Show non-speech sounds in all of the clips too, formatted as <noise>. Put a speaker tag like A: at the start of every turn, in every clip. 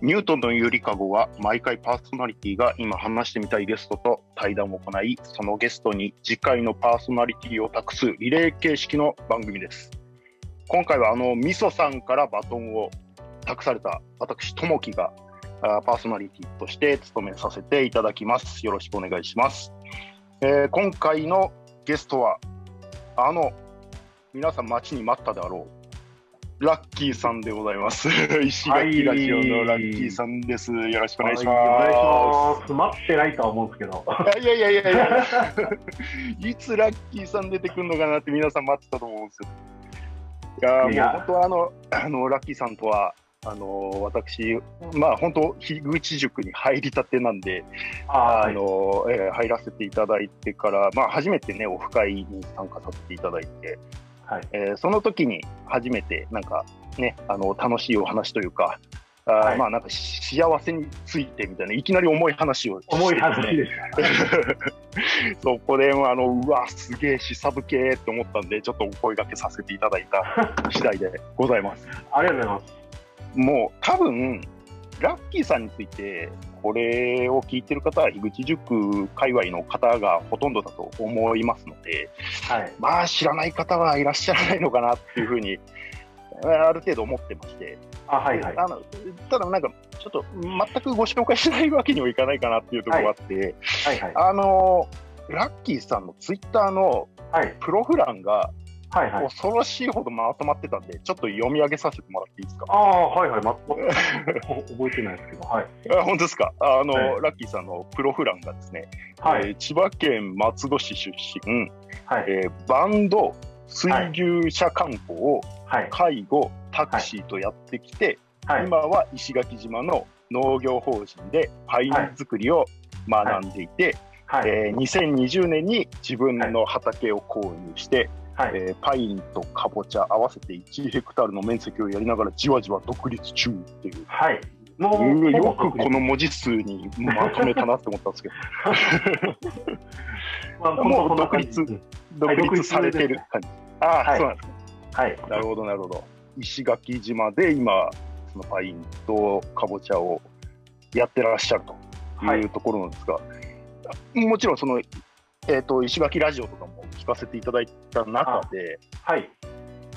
A: ニュートンのゆりかごは毎回パーソナリティが今話してみたいゲストと対談を行いそのゲストに次回のパーソナリティを託すリレー形式の番組です今回はあのみそさんからバトンを託された私ともきがあーパーソナリティとして務めさせていただきますよろしくお願いします、えー今回のゲストはあの皆さん待ちに待ったであろうラッキーさんでございます <laughs> 石垣ラジオのラッキーさんです、よろしくお願いします
B: お願いします。待ってないとは思うんですけ
A: <laughs>
B: ど。
A: いやいやいやい
B: <laughs>
A: やいや、いつラッキーさん出てくるのかなって皆さん待ってたと思うんですよ。い
B: い
A: や
B: や
A: ー、もう本当はあの、あのラッキーさんとは、あのー私、まあ本当、樋口塾に入りたてなんで、
B: は
A: あ
B: い。
A: のーえー入らせていただいてから、まあ初めてね、オフ会に参加させていただいて、
B: はい。
A: えーその時に初めてなんかねあの楽しいお話というかあー、
B: はい
A: まあなんかし幸せについてみたいないきなり重い話をして
B: 重い話です。
A: <laughs> そこであのうわすげえしさぶけーって思ったんでちょっとお声掛けさせていただいた
B: <laughs>
A: 次第でございます
B: ありがとうございます。
A: もう多分ラッキーさんについてこれを聞いてる方は樋口塾界隈の方がほとんどだと思いますので、
B: はい。
A: まあ知らない方はいらっしゃらないのかなっていうふうに、えーある程度思ってまして、
B: あ、はいはい。
A: あのただなんか、ちょっと全くご紹介しないわけにはいかないかなっていうところがあって、
B: はいはい。
A: あのラッキーさんのツイッターの
B: はい。
A: プロフ欄が
B: はいはい。
A: 恐ろしいほどまとまってたんで、ちょっと読み上げさせてもらっていいですか。 <laughs>
B: ああ、はいはい。ま、ま覚えてないですけど。はい。
A: あ本当ですかあの、
B: はい
A: ラッキーさんのプロフ欄がですね、
B: は
A: え
B: い。
A: ー千葉県松戸市出身、
B: はい。
A: えーバンド、水牛車観光を、
B: はい。
A: 介護タクシーとやってきて、
B: はい。
A: 今は石垣島の農業法人でパイン作りを学んでいて、
B: はい。
A: えー2020年に自分の畑を購入して、
B: はい。
A: えーパインとかぼちゃ合わせて1ヘクタールの面積をやりながらじわじわ独立中っていう。
B: はい。
A: う
B: も
A: ん
B: う、
A: よくこの文字数にまとめたなって思ったんですけど <laughs>
B: まあ、
A: もう
B: こんな感
A: 独
B: じ
A: 立
B: うん
A: 独
B: い
A: 立されてる感じああ、
B: はい
A: そうなんですね
B: はい。
A: なるほどなるほど石垣島で今そのパインとかぼちゃをやってらっしゃると。
B: はいいう
A: ところなんですが、もちろんその、えー、と石垣ラジオとかも聞かせていただいた中で
B: はい。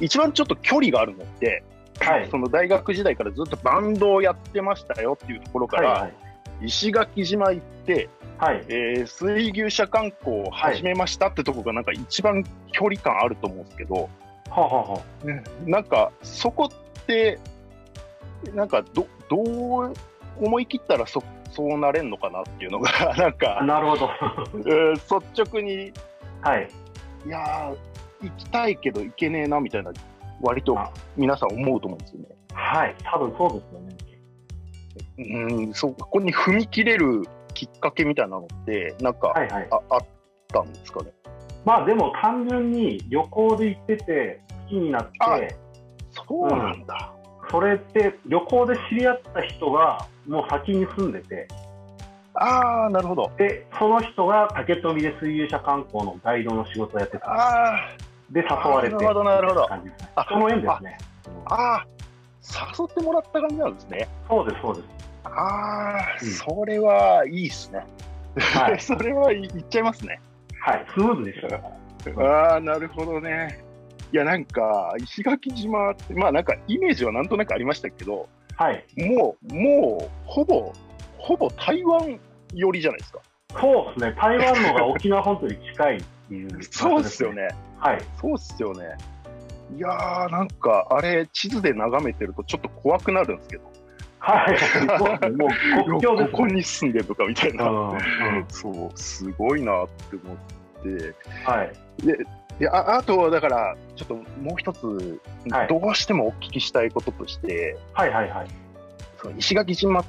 A: 一番ちょっと距離があるのって、
B: はい
A: その大学時代からずっとバンドをやってましたよっていうところか
B: はい。
A: ら、
B: はい。
A: 石垣島行って、
B: はい。
A: えー水牛車観光を始めましたってとこがなんか一番距離感あると思うんですけど、
B: はあはあは
A: なんかそこってなんかどどう思い切ったらそそうなれんのかなっていうのが <laughs> なん
B: あ。
A: か、
B: なる
A: <laughs>
B: ほど。
A: えー率直に
B: はい。
A: いやー行きたいけど行けねえなみたいな割と
B: あ
A: 皆さん思うと思うんですよね。
B: はい。多分そうですよね。
A: うんそこに踏み切れるきっかけみたいなのってなんか、
B: はいはい。
A: ああったんですかね。
B: まあでも単純に旅行で行ってて好きになっ
A: あ
B: て
A: そうなんだ。
B: それって旅行で知り合った人がもう先に住んでて
A: ああなるほど。
B: でその人が竹富で水牛車観光のガイドの仕事をやってた
A: あ
B: で誘われて
A: なるほどなるほど
B: 感じですね
A: あ
B: その縁ですね
A: あああ誘ってもらった感じなんですね。
B: そうですそうで
A: ああ、
B: うん
A: それはいいですね。
B: すは
A: <laughs>
B: い、
A: それはい、いっちゃいますね。
B: はい、スムーズでしたから
A: ああ、なるほどね。いや、なんか、石垣島って、まあなんかイメージはなんとなくありましたけど、
B: はい
A: もう、もう、ほぼ、ほぼ台湾寄りじゃないですか。
B: そうですね台湾のが沖縄本島に近いっていう
A: そうっすよね。
B: はい
A: そうっすよね。いやー、なんか、あれ、地図で眺めてるとちょっと怖くなるんですけど、
B: はいそうですねもう国境です、
A: ここに住んでるとかみたい
B: うん
A: な。
B: うん
A: そう、すごいなって思って。
B: はい
A: でああと、だから、ちょっともう一つ、
B: はい
A: どうしてもお聞きしたいこととして、
B: はいはいはい
A: その石垣島っ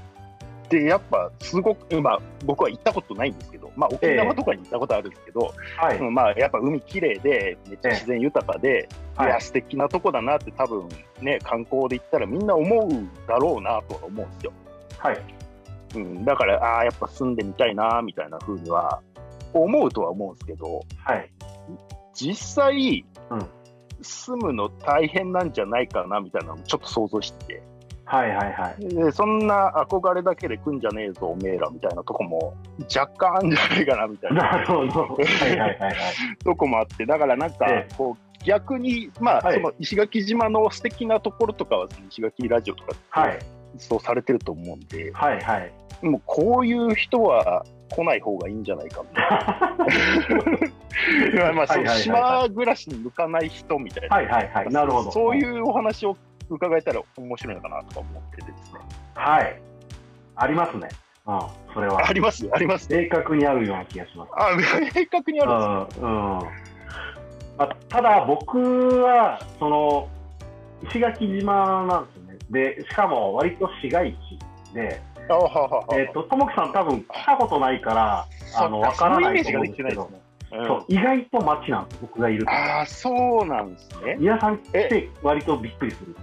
A: てやっぱ、すごく、まあ、僕は行ったことないんですけど、まあ、沖縄とかに行ったことあるんですけど、
B: はい
A: そのまあ、やっぱ海きれいで、めっちゃ自然豊かで、、
B: はいい
A: や、素敵なとこだなって、多分ね、観光で行ったらみんな思うだろうなとは思うんですよ。
B: はい
A: うん、だから、ああ、やっぱ住んでみたいな、みたいな風には、思うとは思うんですけど、
B: はい
A: 実際、
B: うん
A: 住むの大変なんじゃないかなみたいなのもちょっと想像してて
B: はいはいはい。
A: でそんな憧れだけで来んじゃねえぞおめえらみたいなとこも若干あんじゃないかなみたいな
B: なるほど。はいはいはいはい。
A: とこもあってだからなんか
B: ええ
A: こう逆にまあ
B: はい
A: その石垣島の素敵なところとかはその石垣ラジオとか
B: はい
A: そうされてると思うんで
B: はいはい。 <laughs>
A: もうこういう人は来ない方がいいんじゃないか
B: <laughs>
A: みたいないやまあそ
B: は
A: の
B: いはいはいは
A: 島暮らしに向かない人みたいな
B: はいはいはい。なるほど。。
A: そういううお話を伺えたら面白いのかなとか思っててですね
B: はい。ありますね。うん、それは
A: あ。りますあります
B: 正確にあるような気がします。
A: あ明確にあるんです
B: うんうんまあ、ただ僕はその石垣島なんですよねでしかも割と市街地で、
A: あははは
B: えっとともきさん多分来たことないからあのわからないと思うんですけど、そう意外と街なんです僕がいると
A: ああそうなんですね
B: 皆さん来て割とびっくりする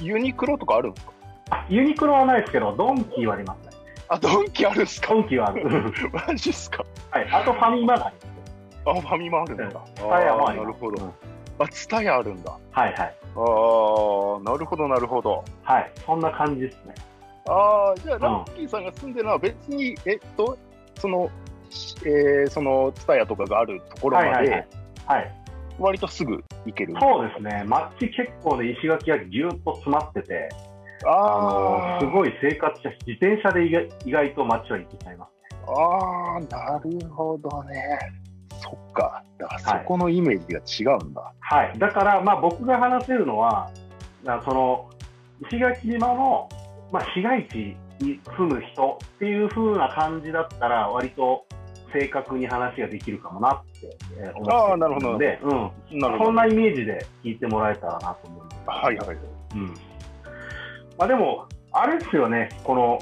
A: ユニクロとかあるんですか
B: あユニクロはないですけどドンキーはありますね
A: あドンキあるんですか
B: <laughs> ドンキーはある、
A: マジっすか
B: はい、あとファミマがあります
A: あファミマあるんだあ
B: タヤもあ
A: ー
B: り
A: なる
B: ます
A: ほ
B: うん
A: どあツタヤあるんだ
B: はいはい
A: ああなるほどなるほど
B: はいそんな感じですね
A: ああじゃあラッキーさんが住んでるのは別にえっとそのえー、そのツタヤとかがあるところ
B: はい
A: ま
B: はいはい
A: で
B: はい
A: 割とすぐ行ける、
B: そうですね、街結構ね、石垣がぎゅっと詰まってて、
A: あ
B: あの
A: あ
B: すごい生活者、自転車で意外意外と街は行けちゃいます。
A: ああ、なるほどね。そっか。だからそ
B: はい
A: このイメージが違うんだ。
B: はい、だから、まあ、僕が話せるのは、なその石垣島の、まあ、市街地に住む人っていう風な感じだったら、割と正確に話ができるかもなってえー思って
A: あーなるほど
B: ので、うん、
A: な
B: そんなイメージで聞いてもらえたらなと思います。
A: はいはい。
B: うんまあ、でも、あれですよね、この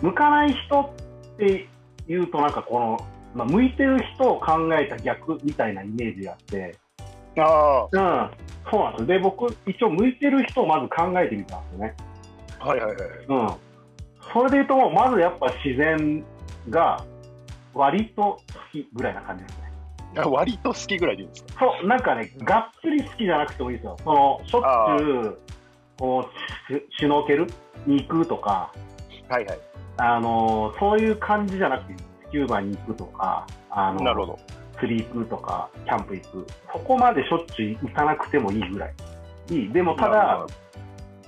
B: 向かない人っていうと、なんかこの、まあ、向いてる人を考えた逆みたいなイメージがあって、
A: あ
B: うん、そうなんですよで、僕、一応、向いてる人をまず考えてみたんですよね。
A: あ、はいはいはい。
B: うん、それでいうと、まずやっぱ自然が割と好きぐらいな感じですね。
A: いや割と好きぐらいでいいんですか。
B: そう、なんかね、がっつり好きじゃなくてもいいですよ。その、しょっちゅう、こう、シュシュノーケルに行くとか、
A: はいはい。
B: あのーそういう感じじゃなくて、スキューバに行くとか、あの
A: なるほど。
B: 釣り行くとか、キャンプ行く、そこまでしょっちゅう行かなくてもいいぐらい。いい。でも
A: な
B: た
A: る
B: だ、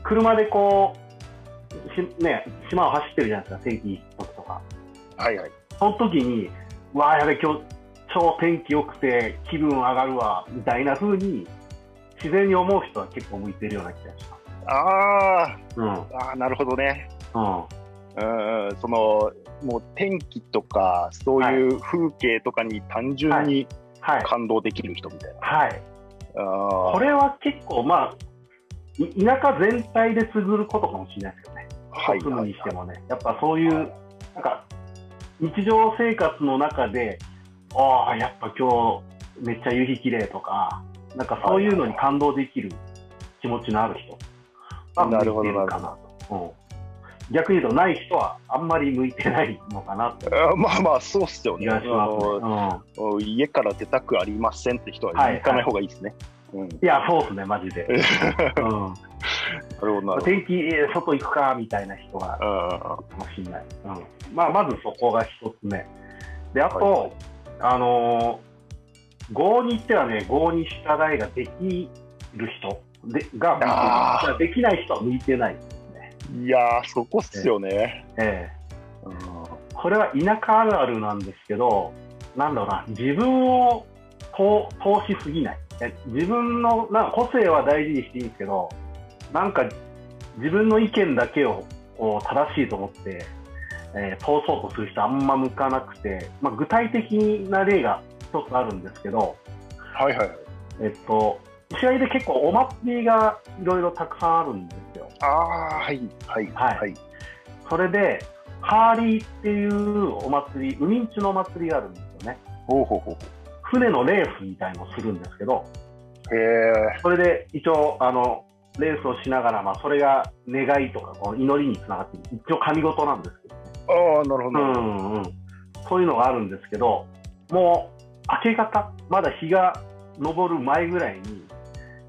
B: 車でこう、しね、島を走ってるじゃないですか、天気いい時とか。
A: ほど、はいはい。
B: その時に、わあ、やべ、今日、超天気良くて、気分上がるわ、みたいな風に、自然に思う人は結構向いてるような気がしま
A: あ
B: す。うん。うん。
A: ーあー、なるほどね。
B: は
A: うんうん、その、もう天気とか、そういう風景とかに単純に
B: い。
A: 感動できる人みたいな。
B: はい。
A: あ
B: こ
A: ー
B: れは結構、まあ、い田舎全体で継ぐることかもしれないですけどね、
A: はい
B: 住む
A: はい
B: にしてもね、やっぱそういう、なんか、日常生活の中で、ああ、やっぱ今日めっちゃ夕日綺麗とか、なんかそういうのに感動できる気持ちのある人は向いてるかなと。うん逆に言うと、ない人はあんまり向いてないのかなって
A: あーまあまあ、そうっすよ
B: 気
A: ね。
B: がしますね。
A: あ
B: うん
A: の家から出たくありませんって人は行かない方がいいですね。うん <laughs>
B: いや、そうですね、マジで。うん
A: なるほど、なるほど。
B: 天気、えー外行くかみたいな人が
A: あ
B: かもしれない、うんまあ、まずそこが一つ目であと、
A: はいはい
B: あのー、合に行ってはね合に従いができる人でが向いてる
A: あー
B: だからできない人は向いてない、
A: ーいやー、そこっすよね。
B: え
A: うん
B: えこれは田舎あるあるなんですけどなんだろうな自分を投投資すぎないえ自分のなんか個性は大事にしていいんですけどなんか自分の意見だけをこう正しいと思って、えー通そうとする人あんま向かなくて、まあ、具体的な例が一つあるんですけど、
A: はいはいはい。
B: えっと、試合で結構お祭りがいろいろたくさんあるんですよ。
A: ああ、はいはい
B: はい
A: はい。
B: それで、ハーリーっていうお祭り、海んちのお祭りがあるんですよね。
A: ほうほうほうほ
B: 船のレースみたいのをするんですけど、
A: う。へ
B: それで一応、あの、レースをしながら、まあ、それが願いとか、この祈りにつながってる、一応神事なんですけど、
A: え。ああ、なるほど。
B: うんうん、そういうのがあるんですけど、もう明け方、まだ日が昇る前ぐらいに、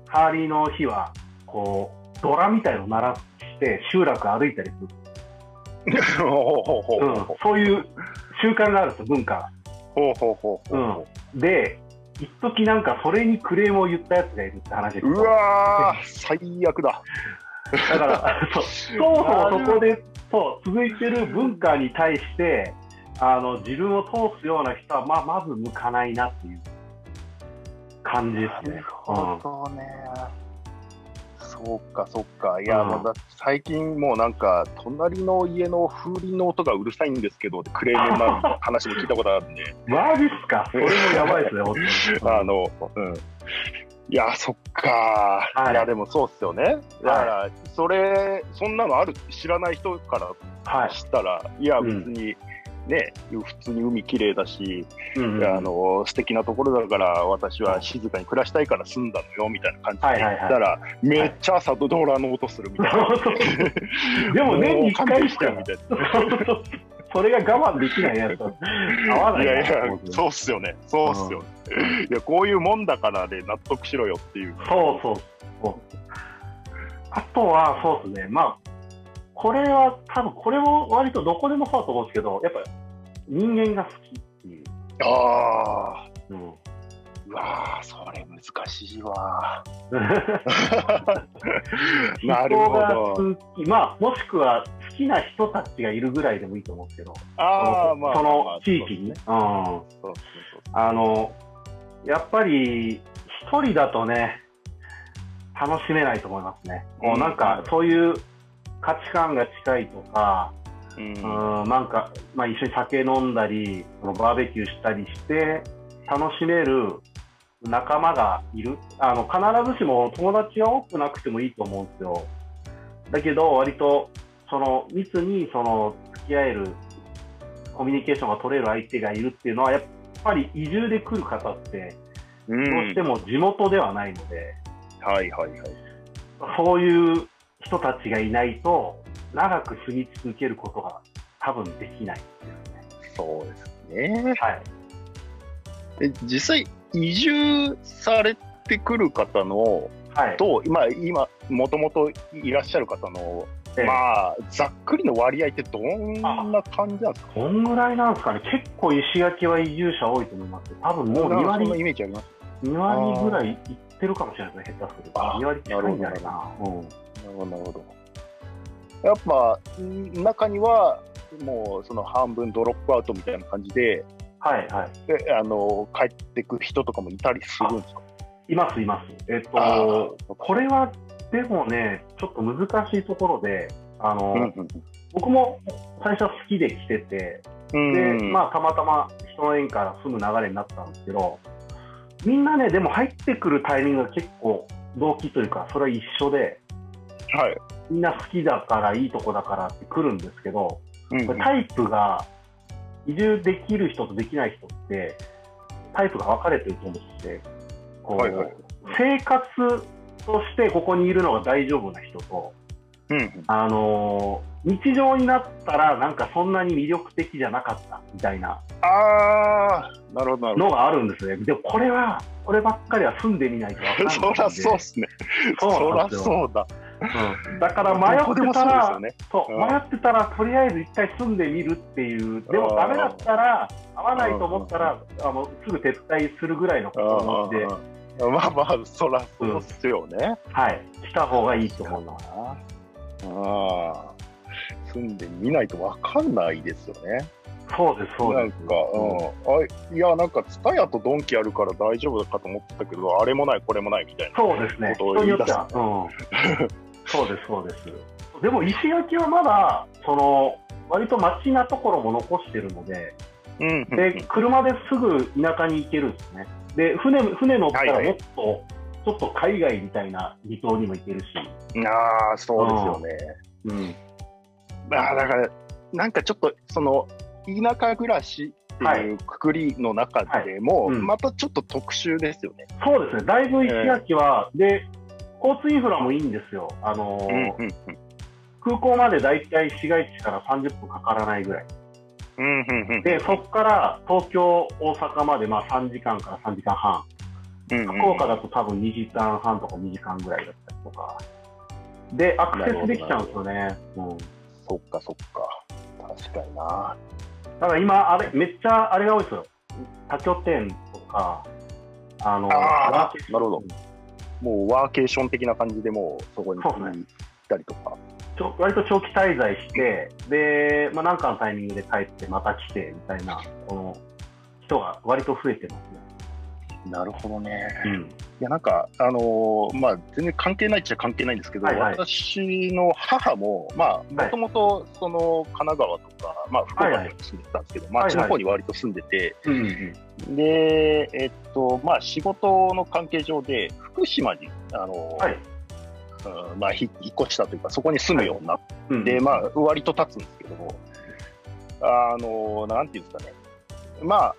B: ハーリーの日は、こう、ドラみたいの鳴らしして集落歩いたりする、
A: <laughs> ほうほうほう
B: う、
A: ほうん
B: そういう習慣があるんですよ文化が
A: ほうほうほうほうほ
B: で一時なんかそれにクレームを言ったやつがいるって話です
A: ううわー最悪だ
B: だから <laughs> そうそもそもそこでそう続いてる文化に対してあの自分を通すような人は、まあ、まず向かないなっていう感じですね。うん
A: そうね。そうか、そうか。いや、
B: うん
A: もうだって最近もうなんか、隣の家の風鈴の音がうるさいんですけど、クレームになる話も聞いたことある
B: <laughs>
A: んで、
B: マジっすかそれもやばいですね、本当に
A: あの、うん。いや、そっか、
B: はい
A: い。や、でもそうっすよね。だから、それ、そんなのあるって知らない人から
B: はい。
A: したら、いや、
B: うん
A: 別に、ね、普通に海綺麗だし、
B: うんうん
A: あの素敵なところだから私は静かに暮らしたいから住んだのよみたいな感じで
B: はい
A: 言
B: はいはい
A: ったらめっちゃ朝ドラの音するみたいな。
B: <laughs> でも年に1
A: 完
B: 回
A: 璧
B: し
A: した
B: か
A: よみたい
B: <laughs> それが我慢できないやつは合わ
A: な。
B: ないいな
A: やいや
B: 僕
A: そうっすよねそうっすよね、いやこういうもんだからで納得しろよっていう
B: そうそうそう。あとは、そうですね、まあ、これは多分、これも割とどこでもそうだと思うんですけど、やっぱ人間が好きっていう。
A: ああ
B: うん <laughs>
A: うわーそれ難しい
B: <laughs>
A: わなる
B: 人
A: ほ
B: が
A: ど
B: 好き、まあ、もしくは好きな人たちがいるぐらいでもいいと思うんですけど、
A: ああ
B: その
A: まあ
B: そ
A: まあ
B: の地域に、うん、
A: そうっすねそうっすね
B: あの、やっぱり、一人だとね、楽しめないと思いますね。もうなんか、そういう価値観が近いとか、
A: そうっすねうん
B: うん、なんか、まあ一緒に酒飲んだり、そのバーベキューしたりして、楽しめる仲間がいる。あの、必ずしも友達は多くなくてもいいと思うんですよ。だけど、割と、その、密に、その、付き合える、コミュニケーションが取れる相手がいるっていうのは、やっぱり移住で来る方って、
A: う
B: どうして
A: ん
B: も地元ではないので、
A: はいはいはい
B: そういう人たちがいないと、長く住み続けることが多分できないですね。
A: そうですね
B: はい。
A: え実際移住されてくる方の
B: はい。
A: と今今もともといらっしゃる方の、
B: ええ
A: まあざっくりの割合ってどんな感じなんですか
B: どんぐらいなんですかね、結構石垣は移住者多いと思いますよ多分もう2
A: なんか
B: 割
A: そんなイメージあります
B: 二割ぐらいいってるかもしれないですね、下手すると。
A: あー
B: 2割近いんじゃないかな。うん
A: なるほどなるほどやっぱん中にはもうその半分ドロップアウトみたいな感じで
B: はいはい。
A: えあの帰ってく人とかもいたりするんですか
B: います、います。えっ
A: あ
B: と、これはでもね、ちょっと難しいところで、あの、
A: うんうん
B: 僕も最初は好きで来てて、
A: うん
B: で、まあ、たまたま人の縁から住む流れになったんですけど、みんなね、でも入ってくるタイミングが結構、動機というか、それは一緒で、
A: はい、
B: みんな好きだから、いいとこだからって来るんですけど、
A: うんうん
B: タイプが移住できる人とできない人ってタイプが分かれてると思ってこう、
A: はいはい
B: 生活としてここにいるのが大丈夫な人と、
A: うんうん
B: あのー日常になったらなんかそんなに魅力的じゃなかったみたいな
A: あーなるほどなるほど
B: のがあるんですねでもこれはこればっかりは住んでみないと分かんない
A: <laughs> そ
B: んで
A: らそうっすね。
B: そう
A: そ
B: なん
A: ら
B: ですよ
A: そうだ。
B: うんだから迷
A: どこで
B: っ
A: も
B: て
A: そう
B: た
A: です
B: ら
A: よね。
B: そう、
A: うん
B: 迷ってたら、とりあえず一回住んでみるっていう、でも
A: あー
B: ダメだったら、合わないと思ったら、あのすぐ撤退するぐらいのことを思って、
A: うんまあまあ、そらそうっすよね。
B: はい、来た方がいいと思います。
A: ああ。住んでみないとわかんないですよね。
B: そうです、そう
A: な
B: で
A: ん
B: す
A: か。、うん、あいや、なんか、ツタヤとドンキあるから大丈夫だかと思ってたけど、あれもない、これもないみたいな。
B: そうですね、
A: ことを
B: 人に
A: 言
B: よ
A: い
B: っ
A: 出
B: て
A: す
B: は。うんそうです、そうです。でも、石垣はまだ、その、割と街なところも残してるので、
A: うんうんうん。
B: で車ですぐ田舎に行けるんですね。で、船船乗ったら
A: はい
B: も
A: は
B: っと、ちょっと海外みたいな離島にも行けるし。
A: ああ、そうですよね。
B: うん
A: ああ、だから、なんかちょっと、その、田舎暮らしっていうくくりの中でも、
B: はいうん
A: またちょっと特殊ですよね。
B: そうですね、だいぶ石垣は、で交通インフラもいいんですよ、あのー
A: うんうん
B: 空港までだいたい市街地から30分かからないぐらい、
A: うんうんうん
B: でそこから東京、大阪までまあ3時間から3時間半、
A: うんうん
B: 福岡だと多分2時間半とか2時間ぐらいだったりとか、で、アクセスできちゃうんですよね。うん、
A: そっかそっか。確かにな。
B: だから今、あれ、めっちゃあれが多いですよ。多拠点とか、あの、
A: あ
B: ワーケーション
A: ーなるほど。もうワーケーション的な感じでもうそこに
B: そう
A: 行
B: で
A: っ
B: す
A: たりとか。
B: ちょ割と長期滞在して、で、まあ、なんかのタイミングで帰って、また来て、みたいな、この、人が割と増えてま
A: なるほどね。
B: すね。
A: いやなんか、あのーまあ、全然関係ないっちゃ関係ないんですけど、
B: はいはい
A: 私の母も、まあ、もともとその神奈川とか、まあ、福岡に住んでたんですけど、
B: い
A: 町の方に割と住んでて、
B: うん。うん。
A: で、えっと、まあ、仕事の関係上で、福島に、あのー
B: はい。
A: うんまあ、ひ引っ越したというか、そこに住むようになっ
B: うん
A: で、まあ、割と経つんですけども、あの、なんていうんですかね、まあ、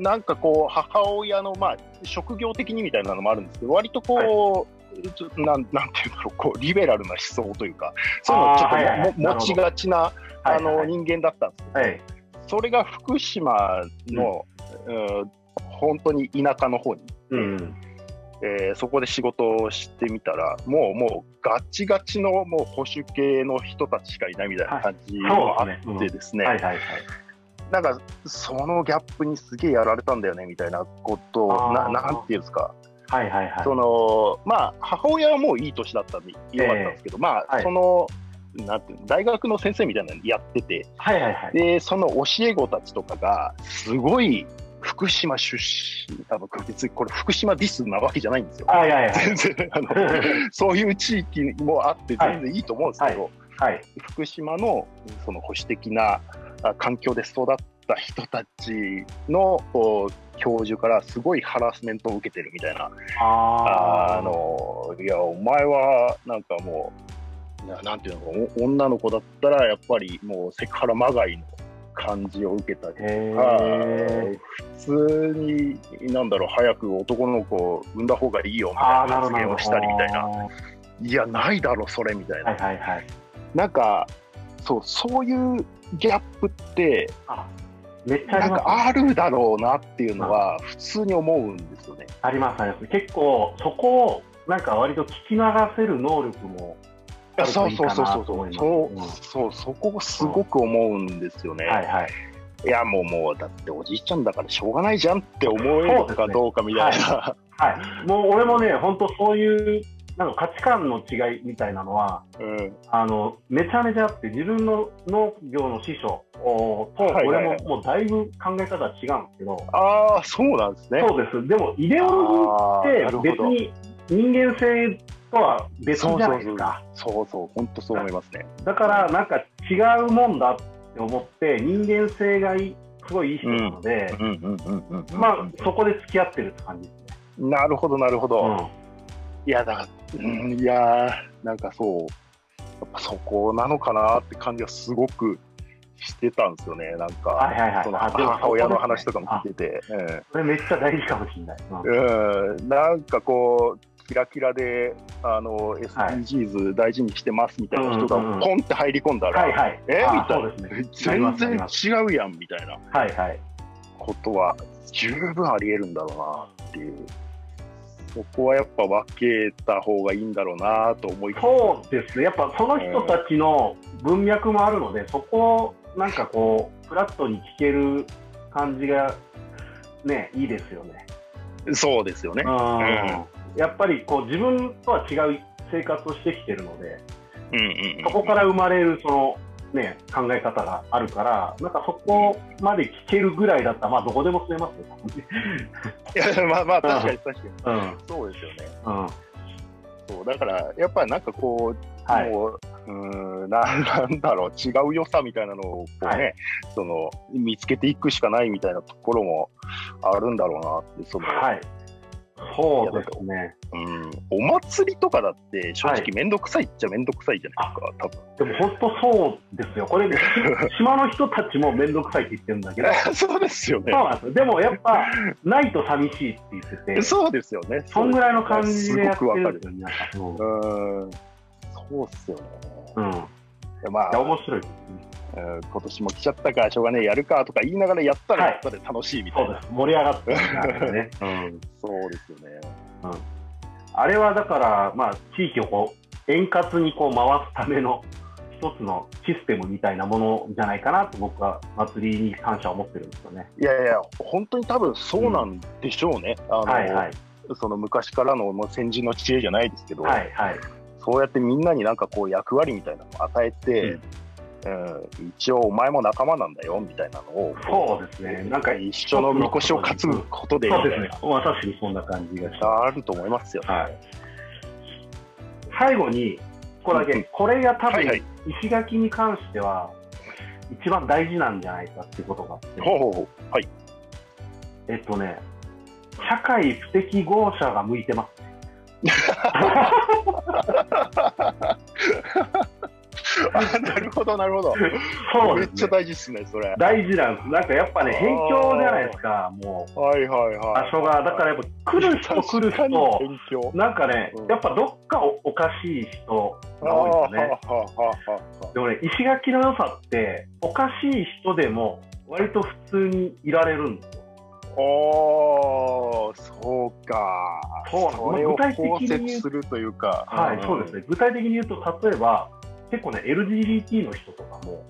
A: なんかこう、母親の、まあ、職業的にみたいなのもあるんですけど、割とこう、ちょなんなんていうんだろう、こう、リベラルな思想というか、そういうのをちょっと
B: あーはいはいはい
A: もも持ちがちな、
B: はい
A: あの、人間だったんですけど、
B: はい。
A: それが福島の、うん本当に田舎の方に
B: うん。
A: えーそこで仕事をしてみたら、もうもうガチガチのもう保守系の人たちしかいないみたいな感じもあ
B: はいそう
A: っ
B: で
A: て
B: す
A: ですね、
B: はいはいはい。
A: なんかそのギャップにすげえやられたんだよねみたいなことを、
B: あ
A: な
B: ー
A: なんていうんですか、
B: はいはいはい。
A: そのまあ、母親はもういい年だったんで、よかったんですけど、まあ、
B: はい
A: その、なんていうの大学の先生みたいなのやってて、
B: はいはいはい。
A: でその教え子たちとかが、すごい福島出身、多分別にこれ、福島ディスなわけじゃないんですよ。
B: はいはい
A: <laughs>
B: はい。
A: 全然あの <laughs> そういう地域もあって全然いいと思うんですけど、
B: はい。
A: 福島のその保守的なあ環境で育った人たちのこう教授からすごいハラスメントを受けてるみたいな
B: あー
A: あのいやお前はなんかもうななんていうのかお女の子だったらやっぱりもうセクハラまがいの感じを受けたり
B: へえ。
A: 普通になんだろう早く男の子を産んだ方がいいよみ
B: あ
A: た
B: あ、
A: い
B: な
A: な
B: るほ
A: 発
B: ど。
A: 言をした
B: なるほど
A: りみたいな。
B: はい
A: や、ないだろ、それみたいな、
B: いはいはい。
A: なんかそう、そういうギャップって、
B: あ、めっちゃあ
A: な
B: り
A: ん
B: ます
A: か。あるだろうなっていうのは、普通に思うんですよね。
B: ありますあります。結構、そこを、なんか割と聞き流せる能力もある
A: そ
B: と
A: う
B: いい
A: そ
B: か
A: う
B: な
A: そう
B: と
A: そ
B: 思
A: う、
B: います。
A: そう、そう、そこをすごく思うんですよね。
B: うんはいはい。
A: いや、もう、もう、だっておじいちゃんだからしょうがないじゃんって思えるのかどうかみたいな。
B: はい。もう俺もね、本当そういう、なんか価値観の違いみたいなのは、
A: <laughs> うん
B: あの、めちゃめちゃあって、自分の農業の師匠おと、
A: はいはい
B: 俺
A: はい
B: ももうだいぶ考え方は違うんですけど、
A: ああ、そうなんですね。
B: そうです。でも、イデオ
A: あ
B: ロギ
A: ー
B: ー
A: な
B: っ
A: るほ
B: て別
A: ど。
B: に人間性とは別じ
A: そ
B: ゃ
A: うそ
B: な
A: う
B: い
A: そ
B: です
A: う
B: か。。
A: そうそう、本当そう思いますね。
B: だから、なんか違うもんだって思って、人間性がいいすごいいい人なので、
A: うんうんうんうんうん。
B: まあ、そこで付き合ってるって感じですね。
A: なるほど、なるほど。
B: うん
A: いやだから、うん、いやーなんかそうやっぱそこなのかなって感じはすごくしてたんですよねなんか、
B: はいはいはい
A: その
B: あでも
A: 母親の話とかも聞いてて、
B: それめっちゃ大事かもしれない。うん
A: うんうん、なんかこうキラキラであの SDGs 大事にしてますみたいな人
B: うんうん
A: が
B: うん
A: ポンって入り込んだら、
B: はいはい。
A: え
B: あ
A: みたい
B: そうですね。なり
A: 全
B: ますな
A: 然
B: ります
A: 違うやんみたいな
B: はいはい。
A: ことは十分ありえるんだろうなっていう。そこはやっぱ分けた方がいいんだろうなと思いつつ
B: そうですね。やっぱその人たちの文脈もあるので、そこをなんかこう、フラットに聞ける感じが、ね、いいですよね。
A: そうですよね
B: うん。やっぱりこう、自分とは違う生活をしてきてるので、
A: うんうんうん
B: そこから生まれるその、ね、考え方があるから、なんかそこまで聞けるぐらいだったら、まあどこでも住めますよ。
A: いやまあまあ確かに確かに
B: うん。
A: そうですよね
B: うん。は
A: そうだからやっぱりなんかこう、
B: い。
A: もううーんな <laughs> なんだろう違う良さみたいなのをこう、ね
B: はい
A: その見つけていくしかないみたいなところもあるんだろうなってその、
B: はい。そうですね。
A: うん、お祭りとかだって正
B: は
A: 直
B: い
A: 面倒くさいっちゃ面倒くさいじゃないですか、多分 <laughs>
B: でも本当そうですよ。これ、島の人たちも面倒くさいって言ってるんだけど、そ
A: そうですよ
B: う
A: ね
B: なんですよ。でもやっぱ、ないと寂しいって言ってて、そ
A: そうですよね
B: んぐらいの感じでやって
A: すごくわ
B: る
A: か
B: んで
A: る
B: すよ、皆さん。う
A: うー
B: ん。
A: んそうっすよね
B: うん、い
A: いやまあ
B: や、面白
A: う
B: い。
A: ん今年も来ちゃったからしょうがねえやるかとか言いながらやったらやったで楽しいみた
B: そ
A: いうな、
B: です。盛り上がって
A: <laughs>
B: るね。うん。
A: そうですよね
B: あれはだから、まあ、地域をこう、円滑にこう回すための一つのシステムみたいなものじゃないかなと僕は祭りに感謝を持ってるんですよね。
A: いやいや、本当に多分そうなんでしょうね、あの
B: はいはい
A: その昔からのもう先人の知恵じゃないですけど、
B: はいはい
A: そうやってみんなになんかこう役割みたいなのを与えて、うん一応、お前も仲間なんだよみたいなのを、
B: そうですねなんか
A: 一緒のみこしを担ぐことでみ
B: そ
A: た
B: う
A: い
B: です
A: な
B: ねまさしくそんな感じがします
A: あると思いますよ。
B: はい、最後にこれだけ、これが多
A: はいは
B: 分
A: い、
B: 石垣に関しては一番大事なんじゃないかってことがあって、
A: ほうほう <laughs> ほう、はい、
B: えっとね社会不適合者が向いて
A: <laughs>
B: ます
A: あなるほど、なるほど、
B: そう
A: め
B: で
A: っち
B: す、
A: ゃ
B: ね、
A: 大事ですね、それ。
B: 大事なんですなんかやっぱね辺境じゃないですかもう
A: はいはいは
B: 場
A: い。
B: 所がだからやっぱ来る人来る
A: 確かに
B: 人
A: 勉強
B: なんかね、
A: うん
B: やっぱどっかおおかしい人
A: あ
B: が多いで
A: ー
B: す
A: は
B: よね。
A: あはあはあはあ
B: でもね、石垣の良さって、おかしい人でも、割と普通にいられるんですよ。
A: おーそうか
B: そう
A: それを
B: 具体的
A: 包
B: に言う
A: 摂するというか
B: はい、そうです
A: ね
B: ね。具体的に言うと、例えば、結構ね、LGBT の人とかも、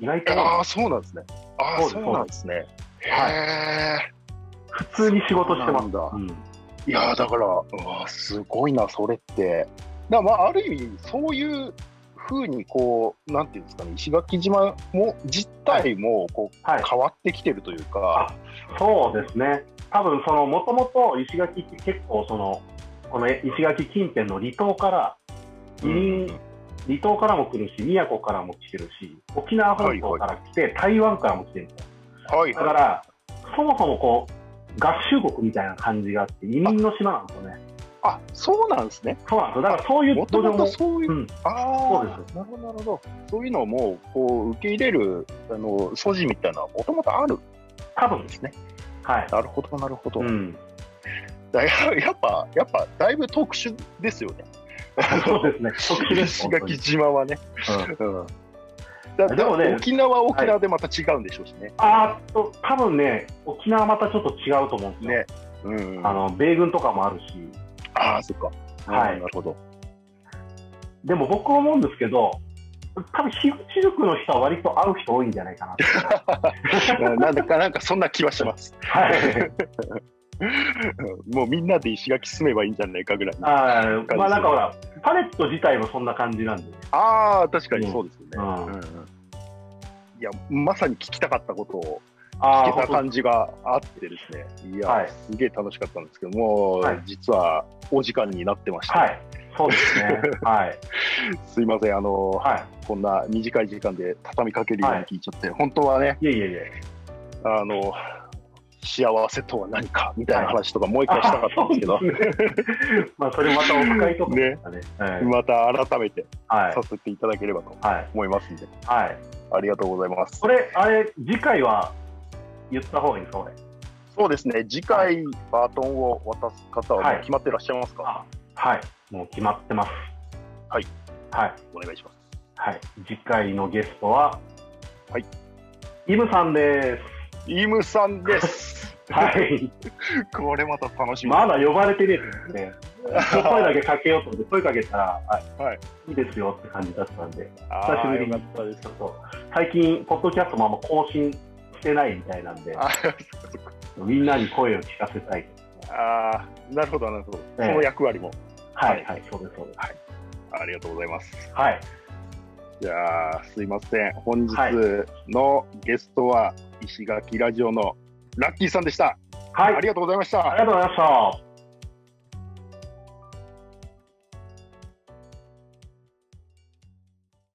B: 意外と
A: ああそうなんですねああ
B: そう
A: そ
B: です
A: うなんですね
B: はい
A: へえ
B: 普通に仕事してま
A: そう。な
B: す
A: んだ
B: うん
A: いやーだからうわーすごいなそれってだからまあある意味そういうふうにこうなんていうんですかね石垣島も実態もこう
B: はい、
A: 変わってきてるというか、
B: そうですね。多分、その、もともと石垣って結構、その、この石垣近辺の離島から、移民、離島からも来るし、宮古からも来てるし、沖縄本島から来て、台湾からも来てるんですよ
A: はい
B: だか
A: はい
B: ら、そもそもこう、合衆国みたいな感じがあって、移民の島なんですよね。
A: あそうなんですね
B: そうなんですよ。だからそういう
A: もと
B: 土
A: も
B: 壌
A: と
B: も、
A: そういう
B: うん、
A: ああ、
B: そうで
A: なるほど、なるほど。そういうのをもう、こう、受け入れる、あの、素地みたいなのはもともとあるん
B: 多分
A: で
B: です。
A: すね。
B: はい。
A: なるほど、なるほど。
B: うん、
A: だややっぱ、やっぱ、だいぶ特殊ですよね。
B: そうですね。特殊 <laughs> です。
A: 石垣島はね。
B: 本当にうん
A: うん。だ
B: でもね
A: だ沖縄は沖縄でまた違うんでしょうしね。
B: あーっと、多分ね、沖縄またちょっと違うと思うんですよ。
A: ね。うん。
B: あの米軍とかもあるし、
A: ああ、そっか。
B: はい
A: うんなるほど。
B: でも僕思うんですけど、多分樋口塾の人は割と会う人多いんじゃないか
A: <laughs>
B: なと。
A: うんなんだか、なんか、そんな気はします。 <laughs>
B: はい。
A: うんもうみんなで石垣住めばいいんじゃないかぐらいの。
B: あーまあなんかほら、パレット自体もそんな感じなんで、
A: ああ、確かにそうですよね。
B: うん
A: うんうんいや、まさに聞きたかったことを。
B: あ
A: 聞
B: ー
A: けた感じがあってですね、いや、
B: はい
A: すげえ楽しかったんですけども、
B: はい
A: 実はお時間になってました、
B: はい、そうで
A: <laughs>
B: すね。はい。
A: すいません、あの、
B: は
A: こんな短い時間で畳みかけるように聞いちゃって、本当はね、
B: い。いえいえいえ。
A: あの、幸せとは何かみたいな話とか、もう一回したかったんですけど、
B: あそうですねまあ、それまたオフ会とかですかね。はい
A: また改めて
B: はい
A: さ。せていただければと
B: はい。
A: 思いますんで、
B: はい。
A: ありがとうございます
B: こ。れ、あれ、次回は言った方がいいんですか、これ。
A: そうですね、次回、バトンを渡す方はもう決まってらっしゃいますか、
B: あ、はい。もう決まってます。
A: はい。
B: はい。
A: お願いします。
B: はい。次回のゲストは、
A: はい。
B: イムさんで
A: イムさんです。 <laughs>
B: す。 <laughs> はい。
A: これまた楽しみです
B: まだ呼ばれてね
A: <laughs>
B: えですね。声だけかけようと思って、声かけたら、はい。
A: はい、
B: いいですよって感じだったんで。
A: 久
B: 久しぶりに
A: よかったです。
B: ちょっと最近、ポッドキャストもあんま更新してないみたいなんで、
A: あ
B: <laughs> みんなに声を聞かせたい。
A: あー、なるほど、なるほど。そ
B: ええ
A: の役割も。
B: は
A: はい
B: い、はい、そうです、そうです。
A: ありがとうございます。
B: はい、
A: じゃあ、すいません。本日
B: はい
A: のゲストは、石垣ラジオのラッキーさんでした。
B: はい、あ
A: あ
B: り
A: りがとうございました。
B: がとうございました。